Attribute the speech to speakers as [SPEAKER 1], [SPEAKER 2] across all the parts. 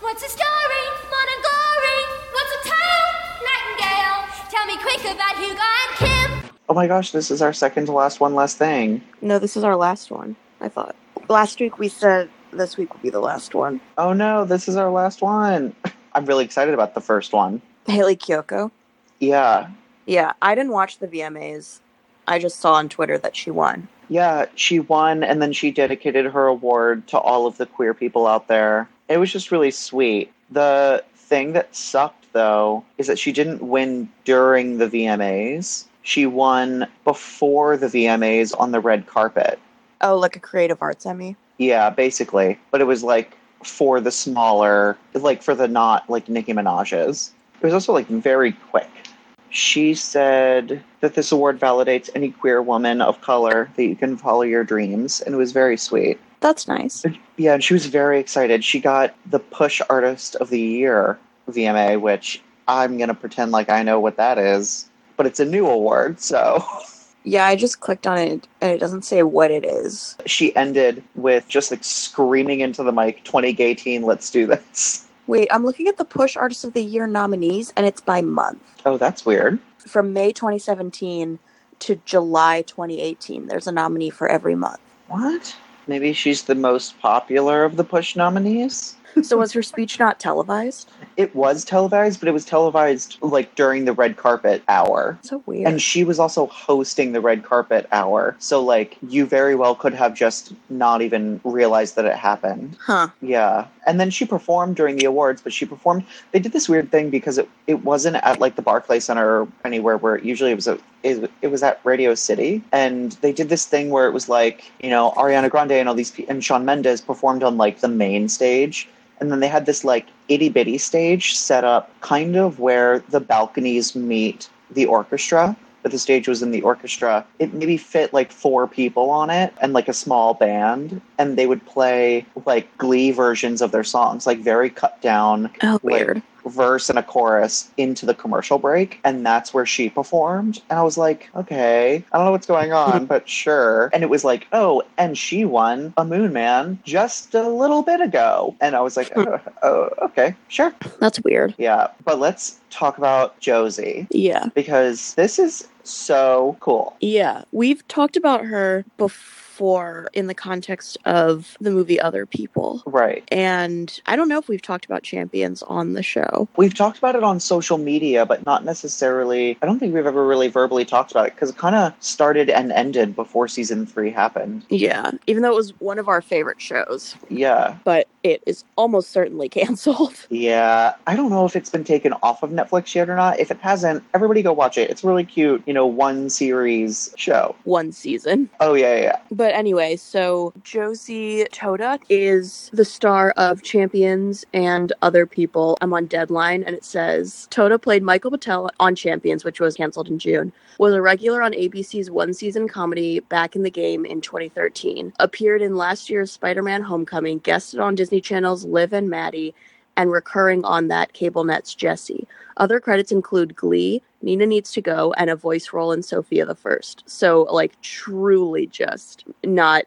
[SPEAKER 1] What's a story? Monogory. What's a tale? Nightingale. Tell me quick about Hugo and Kim.
[SPEAKER 2] Oh my gosh, this is our second to last one last thing.
[SPEAKER 3] No, this is our last one. I thought last week we said this week would be the last one.
[SPEAKER 2] Oh no, this is our last one. I'm really excited about the first one.
[SPEAKER 3] Haley Kyoko.
[SPEAKER 2] Yeah.
[SPEAKER 3] Yeah, I didn't watch the VMAs. I just saw on Twitter that she won.
[SPEAKER 2] Yeah, she won and then she dedicated her award to all of the queer people out there. It was just really sweet. The thing that sucked though is that she didn't win during the VMAs. She won before the VMAs on the red carpet.
[SPEAKER 3] Oh, like a creative arts Emmy.
[SPEAKER 2] Yeah, basically. But it was like for the smaller, like for the not like Nicki Minaj's. It was also like very quick. She said that this award validates any queer woman of color that you can follow your dreams, and it was very sweet.
[SPEAKER 3] That's nice.
[SPEAKER 2] Yeah, and she was very excited. She got the Push Artist of the Year VMA, which I'm going to pretend like I know what that is, but it's a new award, so.
[SPEAKER 3] Yeah, I just clicked on it and it doesn't say what it is.
[SPEAKER 2] She ended with just like screaming into the mic 20 gay teen, let's do this.
[SPEAKER 3] Wait, I'm looking at the Push Artist of the Year nominees and it's by month.
[SPEAKER 2] Oh, that's weird.
[SPEAKER 3] From May 2017 to July 2018, there's a nominee for every month.
[SPEAKER 2] What? Maybe she's the most popular of the Push nominees?
[SPEAKER 3] So was her speech not televised?
[SPEAKER 2] It was televised, but it was televised like during the red carpet hour.
[SPEAKER 3] So weird.
[SPEAKER 2] And she was also hosting the red carpet hour. So, like, you very well could have just not even realized that it happened.
[SPEAKER 3] huh.
[SPEAKER 2] Yeah. And then she performed during the awards, but she performed they did this weird thing because it, it wasn't at like the Barclay Center or anywhere where it usually it was a it, it was at Radio City and they did this thing where it was like, you know, Ariana Grande and all these pe- and Sean Mendes performed on like the main stage and then they had this like itty bitty stage set up kind of where the balconies meet the orchestra but the stage was in the orchestra it maybe fit like four people on it and like a small band and they would play like glee versions of their songs like very cut down
[SPEAKER 3] Oh,
[SPEAKER 2] Like-
[SPEAKER 3] weird.
[SPEAKER 2] verse and a chorus into the commercial break and that's where she performed and i was like okay i don't know what's going on but sure and it was like oh and she won a moon man just a little bit ago and i was like oh, oh okay sure
[SPEAKER 3] That's weird.
[SPEAKER 2] yeah but let's talk about josie
[SPEAKER 3] Yeah.
[SPEAKER 2] because this is so cool
[SPEAKER 3] Yeah, we've talked about her before in the context of the movie Other People.
[SPEAKER 2] right
[SPEAKER 3] And I don't know if we've talked about champions on the show.
[SPEAKER 2] We've talked about it on social media, but not necessarily. I don't think we've ever really verbally talked about it because it kind of started and ended before season three happened.
[SPEAKER 3] Yeah, even though it was one of our favorite shows,
[SPEAKER 2] Yeah.
[SPEAKER 3] but it is almost certainly canceled.
[SPEAKER 2] Yeah, I don't know if it's been taken off of Netflix yet or not. If it hasn't, everybody go watch it. It's really cute, you know, one series show.
[SPEAKER 3] One season.
[SPEAKER 2] Oh yeah, yeah, yeah.
[SPEAKER 3] But anyway, so Josie Toda is the star of Champions and Other People. I'm on Deadline, and it says Toda played Michael Patel on Champions, which was canceled in June. Was a regular on ABC's one season comedy Back in the Game in 2013. Appeared in last year's Spider Man Homecoming, guested on Disney Channel's Liv and Maddie, and recurring on that Cable Net's Jesse. Other credits include Glee, Nina Needs to Go, and a voice role in Sophia the First. So, like, truly just not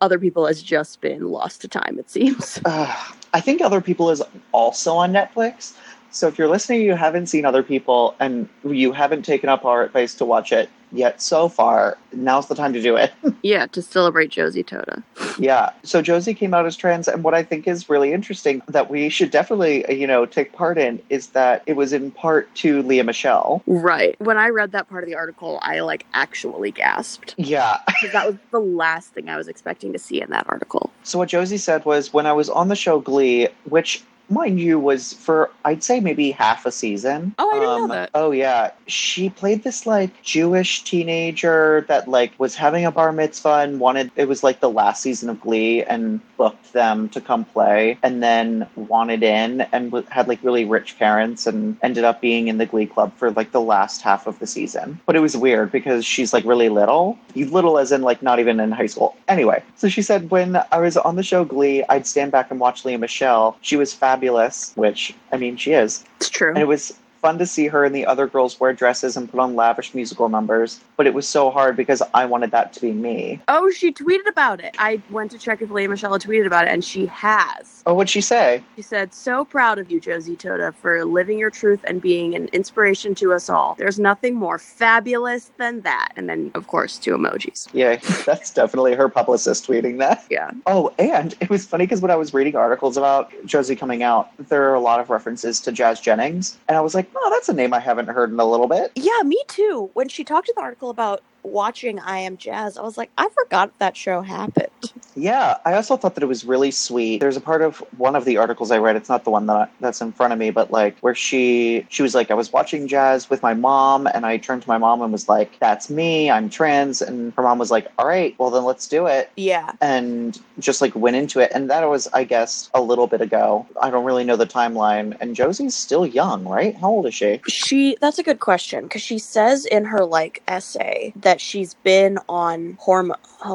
[SPEAKER 3] other people has just been lost to time, it seems.
[SPEAKER 2] Ugh. I think Other People is also on Netflix. So if you're listening, you haven't seen Other People, and you haven't taken up our advice to watch it yet so far, now's the time to do it.
[SPEAKER 3] yeah, to celebrate Josie Toda.
[SPEAKER 2] Yeah. So Josie came out as trans, and what I think is really interesting that we should definitely, you know, take part in is that it was in part to Leah Michelle.
[SPEAKER 3] Right. When I read that part of the article, I like actually gasped
[SPEAKER 2] Yeah.
[SPEAKER 3] because that was the last thing I was expecting to see in that article.
[SPEAKER 2] So what Josie said was when I was on the show Glee, which mind you was for I'd say maybe half a season.
[SPEAKER 3] Oh, I didn't know that.
[SPEAKER 2] Oh yeah, she played this like Jewish teenager that like was having a bar mitzvah and wanted it was like the last season of Glee and booked them to come play and then wanted in and w- had like really rich parents and ended up being in the Glee club for like the last half of the season. But it was weird because she's like really little, You little as in like not even in high school. Anyway, so she said when I was on the show Glee, I'd stand back and watch Leah Michelle. She was fabulous, which I mean she is.
[SPEAKER 3] It's true.
[SPEAKER 2] And it was fun to see her and the other girls wear dresses and put on lavish musical numbers, but it was so hard because I wanted that to be me.
[SPEAKER 4] Oh, she tweeted about it. I went to check if Leah Michelle had tweeted about it, and she has.
[SPEAKER 2] Oh, what'd she say?
[SPEAKER 4] She said, So proud of you, Josie Toda, for living your truth and being an inspiration to us all. There's nothing more fabulous than that. And then, of course, two emojis.
[SPEAKER 2] Yeah, that's definitely her publicist tweeting that.
[SPEAKER 4] Yeah.
[SPEAKER 2] Oh, and it was funny because when I was reading articles about Josie coming out, there are a lot of references to Jazz Jennings. And I was like, oh, that's a name I haven't heard in a little bit.
[SPEAKER 3] Yeah, me too. When she talked in the article about watching I Am Jazz, I was like, I forgot that show happened.
[SPEAKER 2] Yeah, I also thought that it was really sweet. There's a part of one of the articles I read. It's not the one that I, that's in front of me, but like where she she was like, I was watching jazz with my mom, and I turned to my mom and was like, "That's me. I'm trans." And her mom was like, "All right, well then let's do it."
[SPEAKER 3] Yeah.
[SPEAKER 2] And just like went into it, and that was, I guess, a little bit ago. I don't really know the timeline. And Josie's still young, right? How old is she?
[SPEAKER 3] She that's a good question because she says in her like essay that she's been on horm-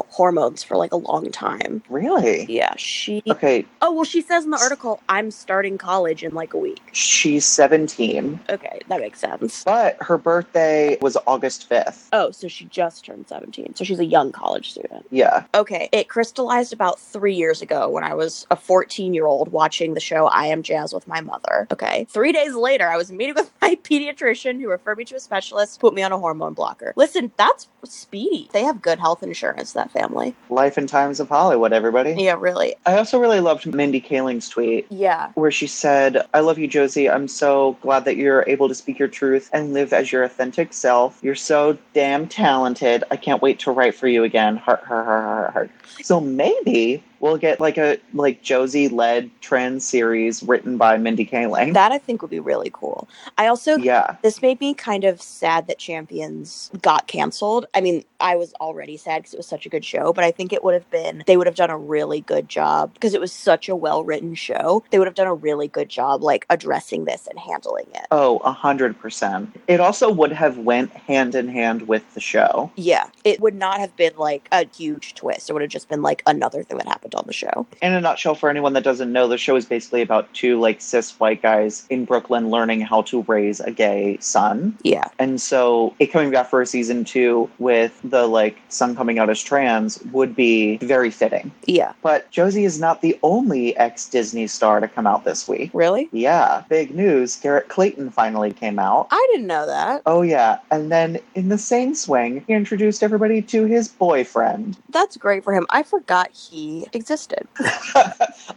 [SPEAKER 3] hormones for like a long time.
[SPEAKER 2] Really?
[SPEAKER 3] Yeah, she
[SPEAKER 2] Okay,
[SPEAKER 3] Oh, well she says in the article I'm starting college in like a week.
[SPEAKER 2] she's 17,
[SPEAKER 3] Okay, that makes sense.
[SPEAKER 2] but her birthday was August 5th.
[SPEAKER 3] Oh, so she just turned 17. So she's a young college student.
[SPEAKER 2] Yeah.
[SPEAKER 3] Okay, it crystallized about three years ago when I was a 14 year old watching the show I Am Jazz with my mother. Okay, three days later, I was meeting with my pediatrician who referred me to a specialist, put me on a hormone blocker. Listen, that's speedy. They have good health insurance, that family.
[SPEAKER 2] Life and Times of Hollywood, everybody.
[SPEAKER 3] Yeah, really.
[SPEAKER 2] I also really loved Mindy Kaling's tweet
[SPEAKER 3] Yeah.
[SPEAKER 2] where she said, I love you, Josie. I'm so glad that you're able to speak your truth and live as your authentic self. You're so damn talented. I can't wait to write for you again. Heart, heart, heart, heart, heart. So maybe we'll get like a like Josie led trend series written by Mindy Kaling.
[SPEAKER 3] That I think would be really cool. I also
[SPEAKER 2] yeah.
[SPEAKER 3] This made me kind of sad that Champions got canceled. I mean, I was already sad because it was such a good show, but I think it would have been, they would have done a really good job because it was such a well written show. They would have done a really good job, like, addressing this and handling it.
[SPEAKER 2] Oh, a hundred percent. It also would have went hand in hand with the show.
[SPEAKER 3] Yeah. It would not have been, like, a huge twist. It would have just been, like, another thing that happened on the show.
[SPEAKER 2] in a nutshell for anyone that doesn't know the show is basically about two like cis white guys in brooklyn learning how to raise a gay son
[SPEAKER 3] Yeah.
[SPEAKER 2] and so it coming back for a season two with the like son coming out as trans would be very fitting
[SPEAKER 3] Yeah.
[SPEAKER 2] but josie is not the only ex-disney star to come out this week
[SPEAKER 3] Really?
[SPEAKER 2] yeah big news garrett clayton finally came out
[SPEAKER 3] I didn't know that.
[SPEAKER 2] Oh, yeah. And then in the same swing, he introduced everybody to his boyfriend.
[SPEAKER 3] That's great for him. I forgot he existed.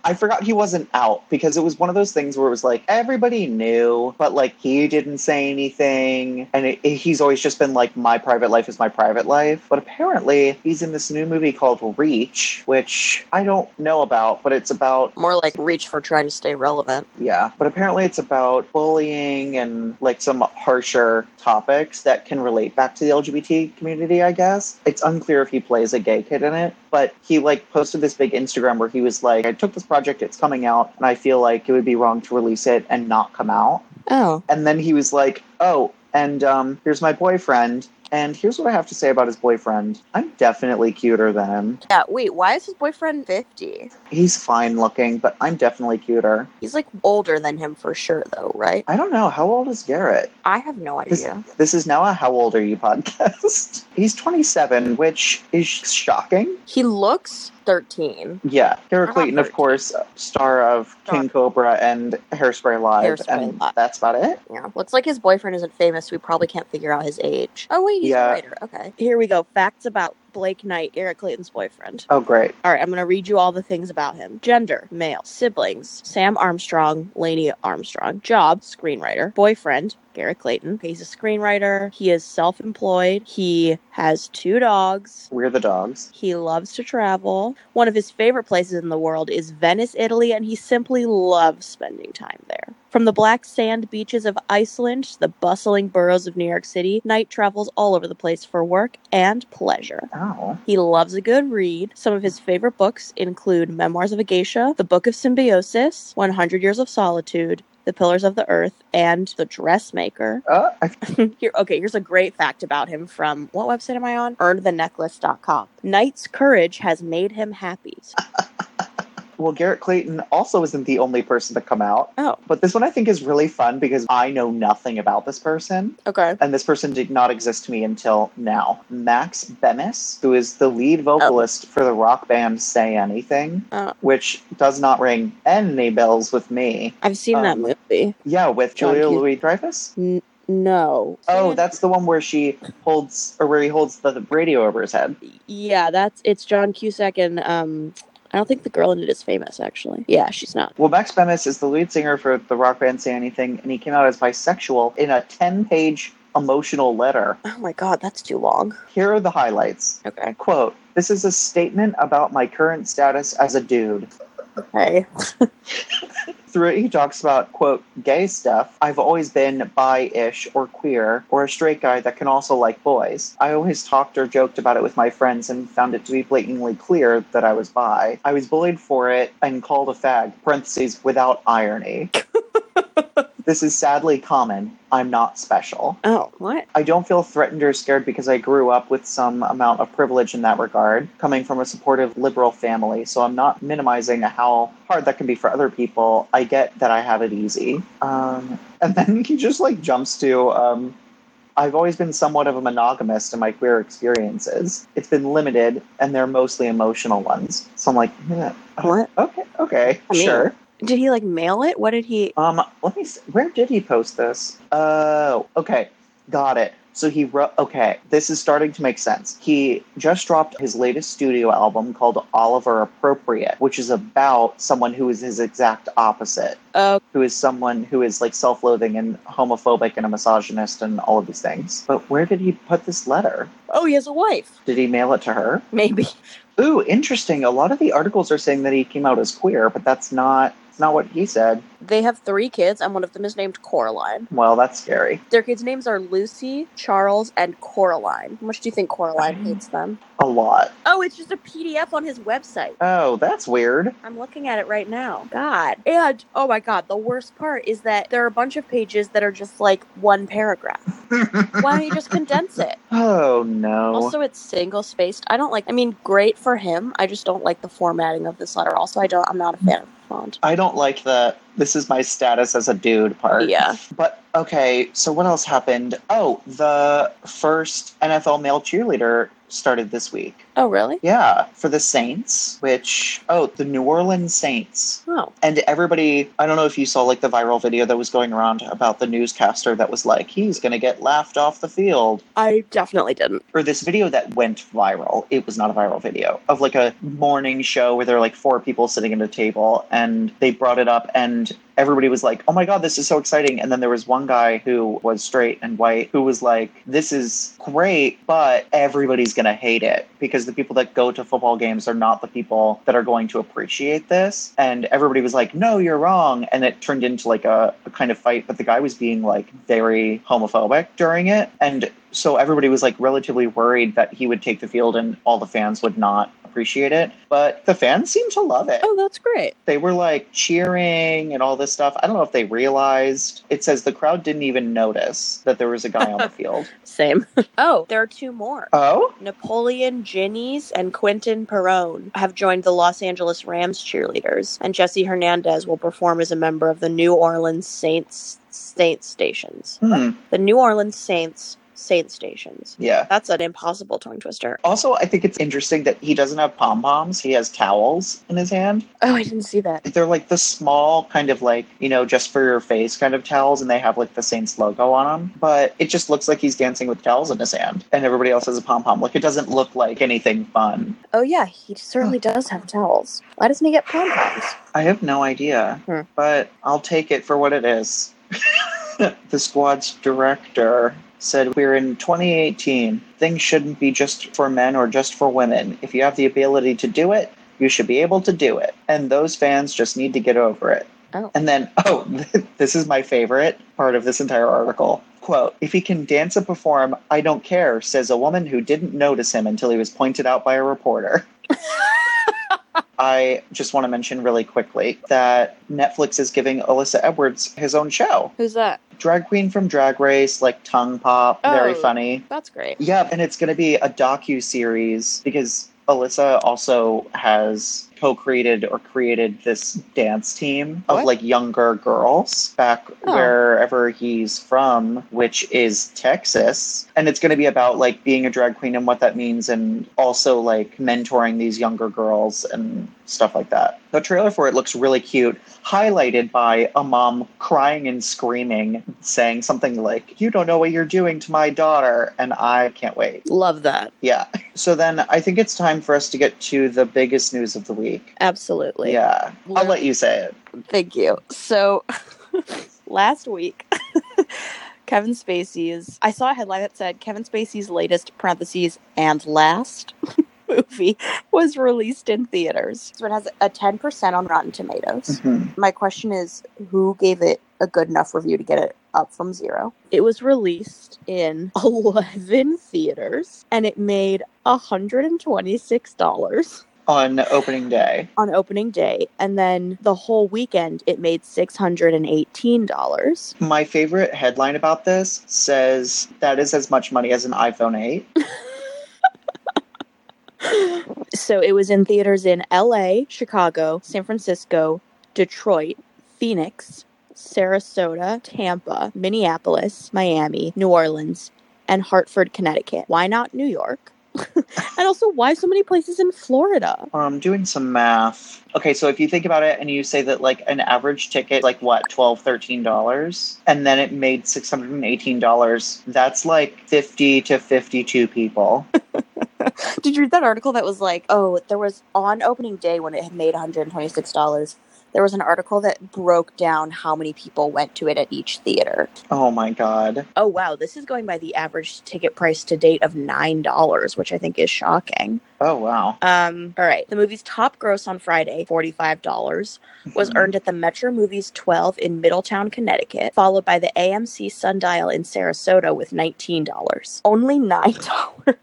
[SPEAKER 2] I forgot he wasn't out because it was one of those things where it was like everybody knew, but like he didn't say anything. And it, it- he's always just been like, my private life is my private life. But apparently, he's in this new movie called Reach, which I don't know about, but it's about,
[SPEAKER 3] More like reach for trying to stay relevant.
[SPEAKER 2] yeah, but apparently it's about bullying and like some harsher topics that can relate back to the LGBT community, I guess. It's unclear if he plays a gay kid in it but he like posted this big Instagram where he was like, I took this project, it's coming out, and I feel like it would be wrong to release it and not come out.
[SPEAKER 3] Oh.
[SPEAKER 2] And then he was like, Oh, and um, here's my boyfriend. And here's what I have to say about his boyfriend. I'm definitely cuter than him.
[SPEAKER 3] Yeah. Wait, why is his boyfriend 50?
[SPEAKER 2] He's fine looking, but I'm definitely cuter.
[SPEAKER 3] He's like older than him for sure, though, right?
[SPEAKER 2] I don't know. How old is Garrett?
[SPEAKER 3] I have no
[SPEAKER 2] This,
[SPEAKER 3] idea.
[SPEAKER 2] this is now a How Old Are You podcast. He's 27, which is shocking.
[SPEAKER 3] He looks 13.
[SPEAKER 2] Yeah, Kara
[SPEAKER 3] Not
[SPEAKER 2] Clayton, of
[SPEAKER 3] very-
[SPEAKER 2] course, star of King Cobra and Hairspray Live,
[SPEAKER 3] Hairspray
[SPEAKER 2] and
[SPEAKER 3] Live.
[SPEAKER 2] that's about it.
[SPEAKER 3] Yeah. Looks like his boyfriend isn't famous. so we probably can't figure out his age. Oh, wait, he's
[SPEAKER 2] Yeah.
[SPEAKER 3] a writer. Okay. Here we go. Facts about Blake Knight, Eric Clayton's boyfriend.
[SPEAKER 2] Oh, great!
[SPEAKER 3] All right, I'm going to read you all the things about him gender, male, siblings, Sam Armstrong, Laney Armstrong, job, screenwriter, boyfriend, Garrett Clayton. He's a screenwriter. He is self employed. He has two dogs.
[SPEAKER 2] We're the dogs.
[SPEAKER 3] He loves to travel. One of his favorite places in the world is Venice, Italy, and he simply loves spending time there. From the black sand beaches of Iceland to the bustling boroughs of New York City, Knight travels all over the place for work and pleasure.
[SPEAKER 2] Oh,
[SPEAKER 3] He loves a good read. Some of his favorite books include Memoirs of a Geisha, The Book of Symbiosis, 100 Years of Solitude, The Pillars of the Earth, and The Dressmaker.
[SPEAKER 2] uh, I-
[SPEAKER 3] Here, okay, here's a great fact about him from what website am I on? EarnTheNecklace.com. Knight's courage has made him happy.
[SPEAKER 2] Well, Garrett Clayton also isn't the only person to come out.
[SPEAKER 3] Oh.
[SPEAKER 2] But this one I think is really fun because I know nothing about this person.
[SPEAKER 3] Okay.
[SPEAKER 2] And this person did not exist to me until now. Max Bemis, who is the lead vocalist for the rock band Say Anything,
[SPEAKER 3] Oh.
[SPEAKER 2] which does not ring any bells with me.
[SPEAKER 3] I've seen that
[SPEAKER 2] Um,
[SPEAKER 3] movie.
[SPEAKER 2] Yeah, with
[SPEAKER 3] John
[SPEAKER 2] Julia
[SPEAKER 3] Cusack.
[SPEAKER 2] Louis Dreyfus.
[SPEAKER 3] No.
[SPEAKER 2] Oh, that's the one where she holds or where he holds the radio over his head.
[SPEAKER 3] Yeah, that's it's John Cusack and um I don't think the girl in it is famous actually. Yeah, she's not.
[SPEAKER 2] Well, Max Bemis is the lead singer for the rock band Say Anything, and he came out as bisexual in a 10 page emotional letter.
[SPEAKER 3] Oh my god, that's too long.
[SPEAKER 2] Here are the highlights.
[SPEAKER 3] Okay.
[SPEAKER 2] Quote This is a statement about my current status as a dude.
[SPEAKER 3] Okay.
[SPEAKER 2] Through it, he talks about, quote, gay stuff. I've always been bi ish or queer or a straight guy that can also like boys. I always talked or joked about it with my friends and found it to be blatantly clear that I was bi. I was bullied for it and called a fag, parentheses, without irony. this is sadly common. I'm not special.
[SPEAKER 3] Oh, what?
[SPEAKER 2] I don't feel threatened or scared because I grew up with some amount of privilege in that regard, coming from a supportive liberal family. So I'm not minimizing how hard that can be for other people. I get that I have it easy. Um, and then he just like jumps to um, I've always been somewhat of a monogamist in my queer experiences. It's been limited, and they're mostly emotional ones. So I'm like, yeah,
[SPEAKER 3] What?
[SPEAKER 2] okay, okay,
[SPEAKER 3] I mean-
[SPEAKER 2] sure.
[SPEAKER 3] Did he like mail it? What did he
[SPEAKER 2] Um, let me. See, where did he post this? Oh, okay, got it. So he wrote. Okay, this is starting to make sense. He just dropped his latest studio album called Oliver Appropriate, which is about someone who is his exact opposite,
[SPEAKER 3] Oh,
[SPEAKER 2] who is someone who is like self-loathing and homophobic and a misogynist and all of these things. But where did he put this letter?
[SPEAKER 3] oh, he has a wife.
[SPEAKER 2] Did he mail it to her?
[SPEAKER 3] Maybe.
[SPEAKER 2] Ooh, interesting. A lot of the articles are saying that he came out as queer, but that's not. It's not what he said.
[SPEAKER 3] They have 3 kids and one of them is named Coraline.
[SPEAKER 2] Well, that's scary.
[SPEAKER 3] Their kids' names are Lucy, Charles, and Coraline. How much do you think Coraline hates them?
[SPEAKER 2] A lot.
[SPEAKER 3] Um, Oh, it's just a PDF on his website.
[SPEAKER 2] Oh, that's weird.
[SPEAKER 3] I'm looking at it right now. God. And oh my god, the worst part is that there are a bunch of pages that are just like one paragraph. Why don't you just condense it?
[SPEAKER 2] Oh no.
[SPEAKER 3] Also, it's single spaced. I don't like. I mean, great for him. I just don't like the formatting of this letter. Also, I don't. I'm not a fan of the font.
[SPEAKER 2] I don't like the this is my status as a dude part.
[SPEAKER 3] Yeah.
[SPEAKER 2] But okay, so what else happened? Oh, the first NFL male cheerleader started this week.
[SPEAKER 3] Oh, really?
[SPEAKER 2] Yeah, for the Saints, which oh, the New Orleans Saints.
[SPEAKER 3] Oh,
[SPEAKER 2] And everybody, I don't know if you saw like the viral video that was going around about the newscaster that was like, he's going to get laughed off the field
[SPEAKER 3] I definitely didn't.
[SPEAKER 2] or this video that went viral. It was not a viral video of like a morning show where there were like four people sitting at a table and they brought it up and everybody was like, "Oh my god, this is so exciting!" And then there was one guy who was straight and white who was like, "This is great, but everybody's gonna hate it because the people that go to football games are not the people that are going to appreciate this." And everybody was like, "No, you're wrong," and it turned into like a, a kind of fight. But the guy was being like very homophobic during it, and so everybody was like relatively worried that he would take the field and all the fans would not appreciate it. But the fans seemed to love it
[SPEAKER 3] Oh, that's great.
[SPEAKER 2] they were like cheering and all this stuff. I don't know if they realized. It says the crowd didn't even notice that there was a guy on the field.
[SPEAKER 3] Same. oh, there are two more.
[SPEAKER 2] Oh,
[SPEAKER 3] Napoleon Ginnies and Quentin Perone have joined the Los Angeles Rams cheerleaders, and Jesse Hernandez will perform as a member of the New Orleans Saints Saints Stations.
[SPEAKER 2] hmm.
[SPEAKER 3] The New Orleans Saints Saints Stations.
[SPEAKER 2] yeah.
[SPEAKER 3] That's an impossible tongue twister.
[SPEAKER 2] Also, I think it's interesting that he doesn't have pom poms. He has towels in his hand.
[SPEAKER 4] Oh, I didn't see that.
[SPEAKER 2] They're like the small, kind of like, you know, just for your face kind of towels, and they have like the Saints logo on them. But it just looks like he's dancing with towels in his hand, and everybody else has a pom pom. Like, it doesn't look like anything fun.
[SPEAKER 3] Oh yeah, he certainly does have towels. Why doesn't he get pom poms?
[SPEAKER 2] I have no idea,
[SPEAKER 3] Hmm.
[SPEAKER 2] but I'll take it for what it is. the squad's director said, We're in 2018. Things shouldn't be just for men or just for women. If you have the ability to do it, you should be able to do it. And those fans just need to get over it.
[SPEAKER 3] Oh.
[SPEAKER 2] And then, oh, this is my favorite part of this entire article. Quote, if he can dance and perform, I don't care, says a woman who didn't notice him until he was pointed out by a reporter. I just want to mention really quickly that Netflix is giving Alyssa Edwards his own show.
[SPEAKER 3] Who's that?
[SPEAKER 2] Drag queen from Drag Race, like tongue pop, very
[SPEAKER 3] Oh.
[SPEAKER 2] funny.
[SPEAKER 3] That's great.
[SPEAKER 2] Yeah, and it's going to be a docu series because Alyssa also has co-created or created this dance team of
[SPEAKER 5] What?
[SPEAKER 2] like younger girls back
[SPEAKER 4] Oh.
[SPEAKER 2] wherever he's from, which is Texas, and it's going to be about like being a drag queen and what that means, and also like mentoring these younger girls and stuff like that. The trailer for it looks really cute, highlighted by a mom crying and screaming, saying something like, "You don't know what you're doing to my daughter," and I can't wait.
[SPEAKER 3] Love that.
[SPEAKER 2] Yeah. So then I think it's time for us to get to the biggest news of the week.
[SPEAKER 3] Absolutely.
[SPEAKER 2] yeah. I'll
[SPEAKER 3] Literally-
[SPEAKER 2] let you say it.
[SPEAKER 3] Thank you. So last week, Kevin Spacey's I saw a headline that said Kevin Spacey's latest parentheses and last movie was released in theaters. So it has a 10% on Rotten Tomatoes.
[SPEAKER 2] Mhm.
[SPEAKER 3] My question is who gave it a good enough review to get it up from zero? It was released in 11 theaters and it made $126
[SPEAKER 2] On opening day.
[SPEAKER 3] on opening day and then the whole weekend it made $618
[SPEAKER 2] My favorite headline about this says that is as much money as an iPhone 8.
[SPEAKER 3] so it was in theaters in la chicago san francisco detroit phoenix sarasota tampa minneapolis miami new orleans and hartford connecticut why not new york and also why so many places in florida
[SPEAKER 2] I'm Um, doing some math. Okay, so if you think about it and you say that like an average ticket, like what, $12, $13, and then it made $618, that's like 50 to 52 people.
[SPEAKER 3] Did you read that article that was like, oh, there was on opening day when it had made $126, there was an article that broke down how many people went to it at each theater.
[SPEAKER 2] Oh my God.
[SPEAKER 3] Oh, wow. This is going by the average ticket price to date of $9, which I think is shocking.
[SPEAKER 2] Oh, wow.
[SPEAKER 3] Um, all right. The movie's top gross on Friday, $45, was earned at the Metro Movies 12 in Middletown, Connecticut, followed by the AMC Sundial in Sarasota with $19. Only $9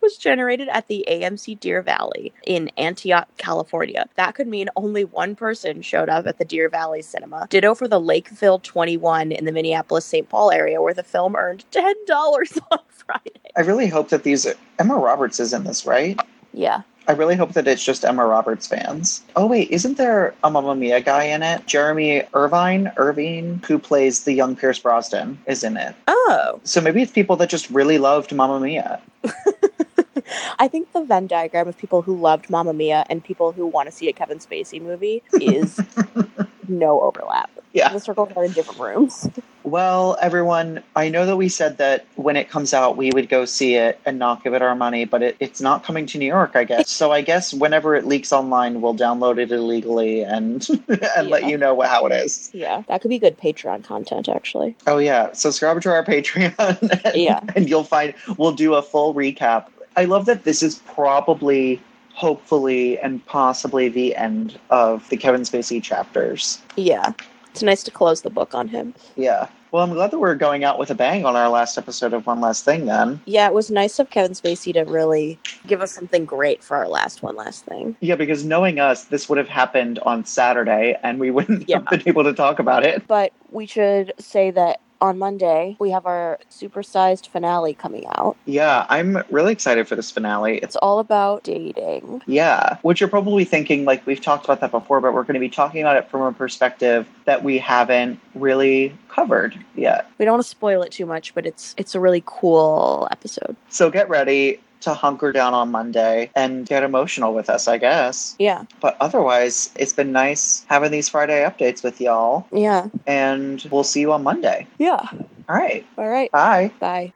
[SPEAKER 3] was generated at the AMC Deer Valley in Antioch, California. That could mean only one person showed up at the Deer Valley Cinema. Ditto for the Lakeville 21 in the Minneapolis St. Paul area, where the film earned $10 on Friday.
[SPEAKER 2] I really hope that these Emma Roberts is in this, right?
[SPEAKER 3] Yeah.
[SPEAKER 2] I really hope that it's just Emma Roberts fans. Oh wait, isn't there a Mamma Mia guy in it? Jeremy Irvine, Irvine, who plays the young Pierce Brosnan, is in it.
[SPEAKER 3] Oh.
[SPEAKER 2] So maybe it's people that just really loved Mamma Mia.
[SPEAKER 3] I think the Venn diagram of people who loved Mamma Mia and people who want to see a Kevin Spacey movie is no overlap.
[SPEAKER 2] Yeah.
[SPEAKER 3] The circles are in different rooms.
[SPEAKER 2] Well, everyone, I know that we said that when it comes out, we would go see it and not give it our money, but it, it's not coming to New York, I guess. So I guess whenever it leaks online, we'll download it illegally and and let
[SPEAKER 3] Yeah.
[SPEAKER 2] you know how it is.
[SPEAKER 3] Yeah. That could be good Patreon content, actually.
[SPEAKER 2] Oh yeah, subscribe to our Patreon. And,
[SPEAKER 3] Yeah.
[SPEAKER 2] and you'll find we'll do a full recap. I love that this is probably, hopefully, and possibly the end of the Kevin Spacey chapters.
[SPEAKER 3] Yeah. It's nice to close the book on him.
[SPEAKER 2] Yeah. Well, I'm glad that we're going out with a bang on our last episode of One Last Thing. Then.
[SPEAKER 3] Yeah, it was nice of Kevin Spacey to really give us something great for our last one last thing.
[SPEAKER 2] Yeah, because knowing us, this would have happened on Saturday, and we wouldn't
[SPEAKER 3] Yeah.
[SPEAKER 2] have been able to talk about it.
[SPEAKER 3] But we should say that on Monday we have our supersized finale coming out.
[SPEAKER 2] Yeah, I'm really excited for this finale. It's
[SPEAKER 3] It's all about dating.
[SPEAKER 2] Yeah, which you're probably thinking, like, we've talked about that before, but we're going to be talking about it from a perspective that we haven't really covered yet.
[SPEAKER 3] We don't want to spoil it too much, but it's it's a really cool episode.
[SPEAKER 2] So get ready to hunker down on Monday and get emotional with us, I guess.
[SPEAKER 3] Yeah.
[SPEAKER 2] But otherwise, it's been nice having these Friday updates with y'all,
[SPEAKER 3] Yeah.
[SPEAKER 2] and we'll see you on Monday.
[SPEAKER 3] Yeah.
[SPEAKER 2] All right,
[SPEAKER 3] All right.
[SPEAKER 2] bye.
[SPEAKER 3] Bye.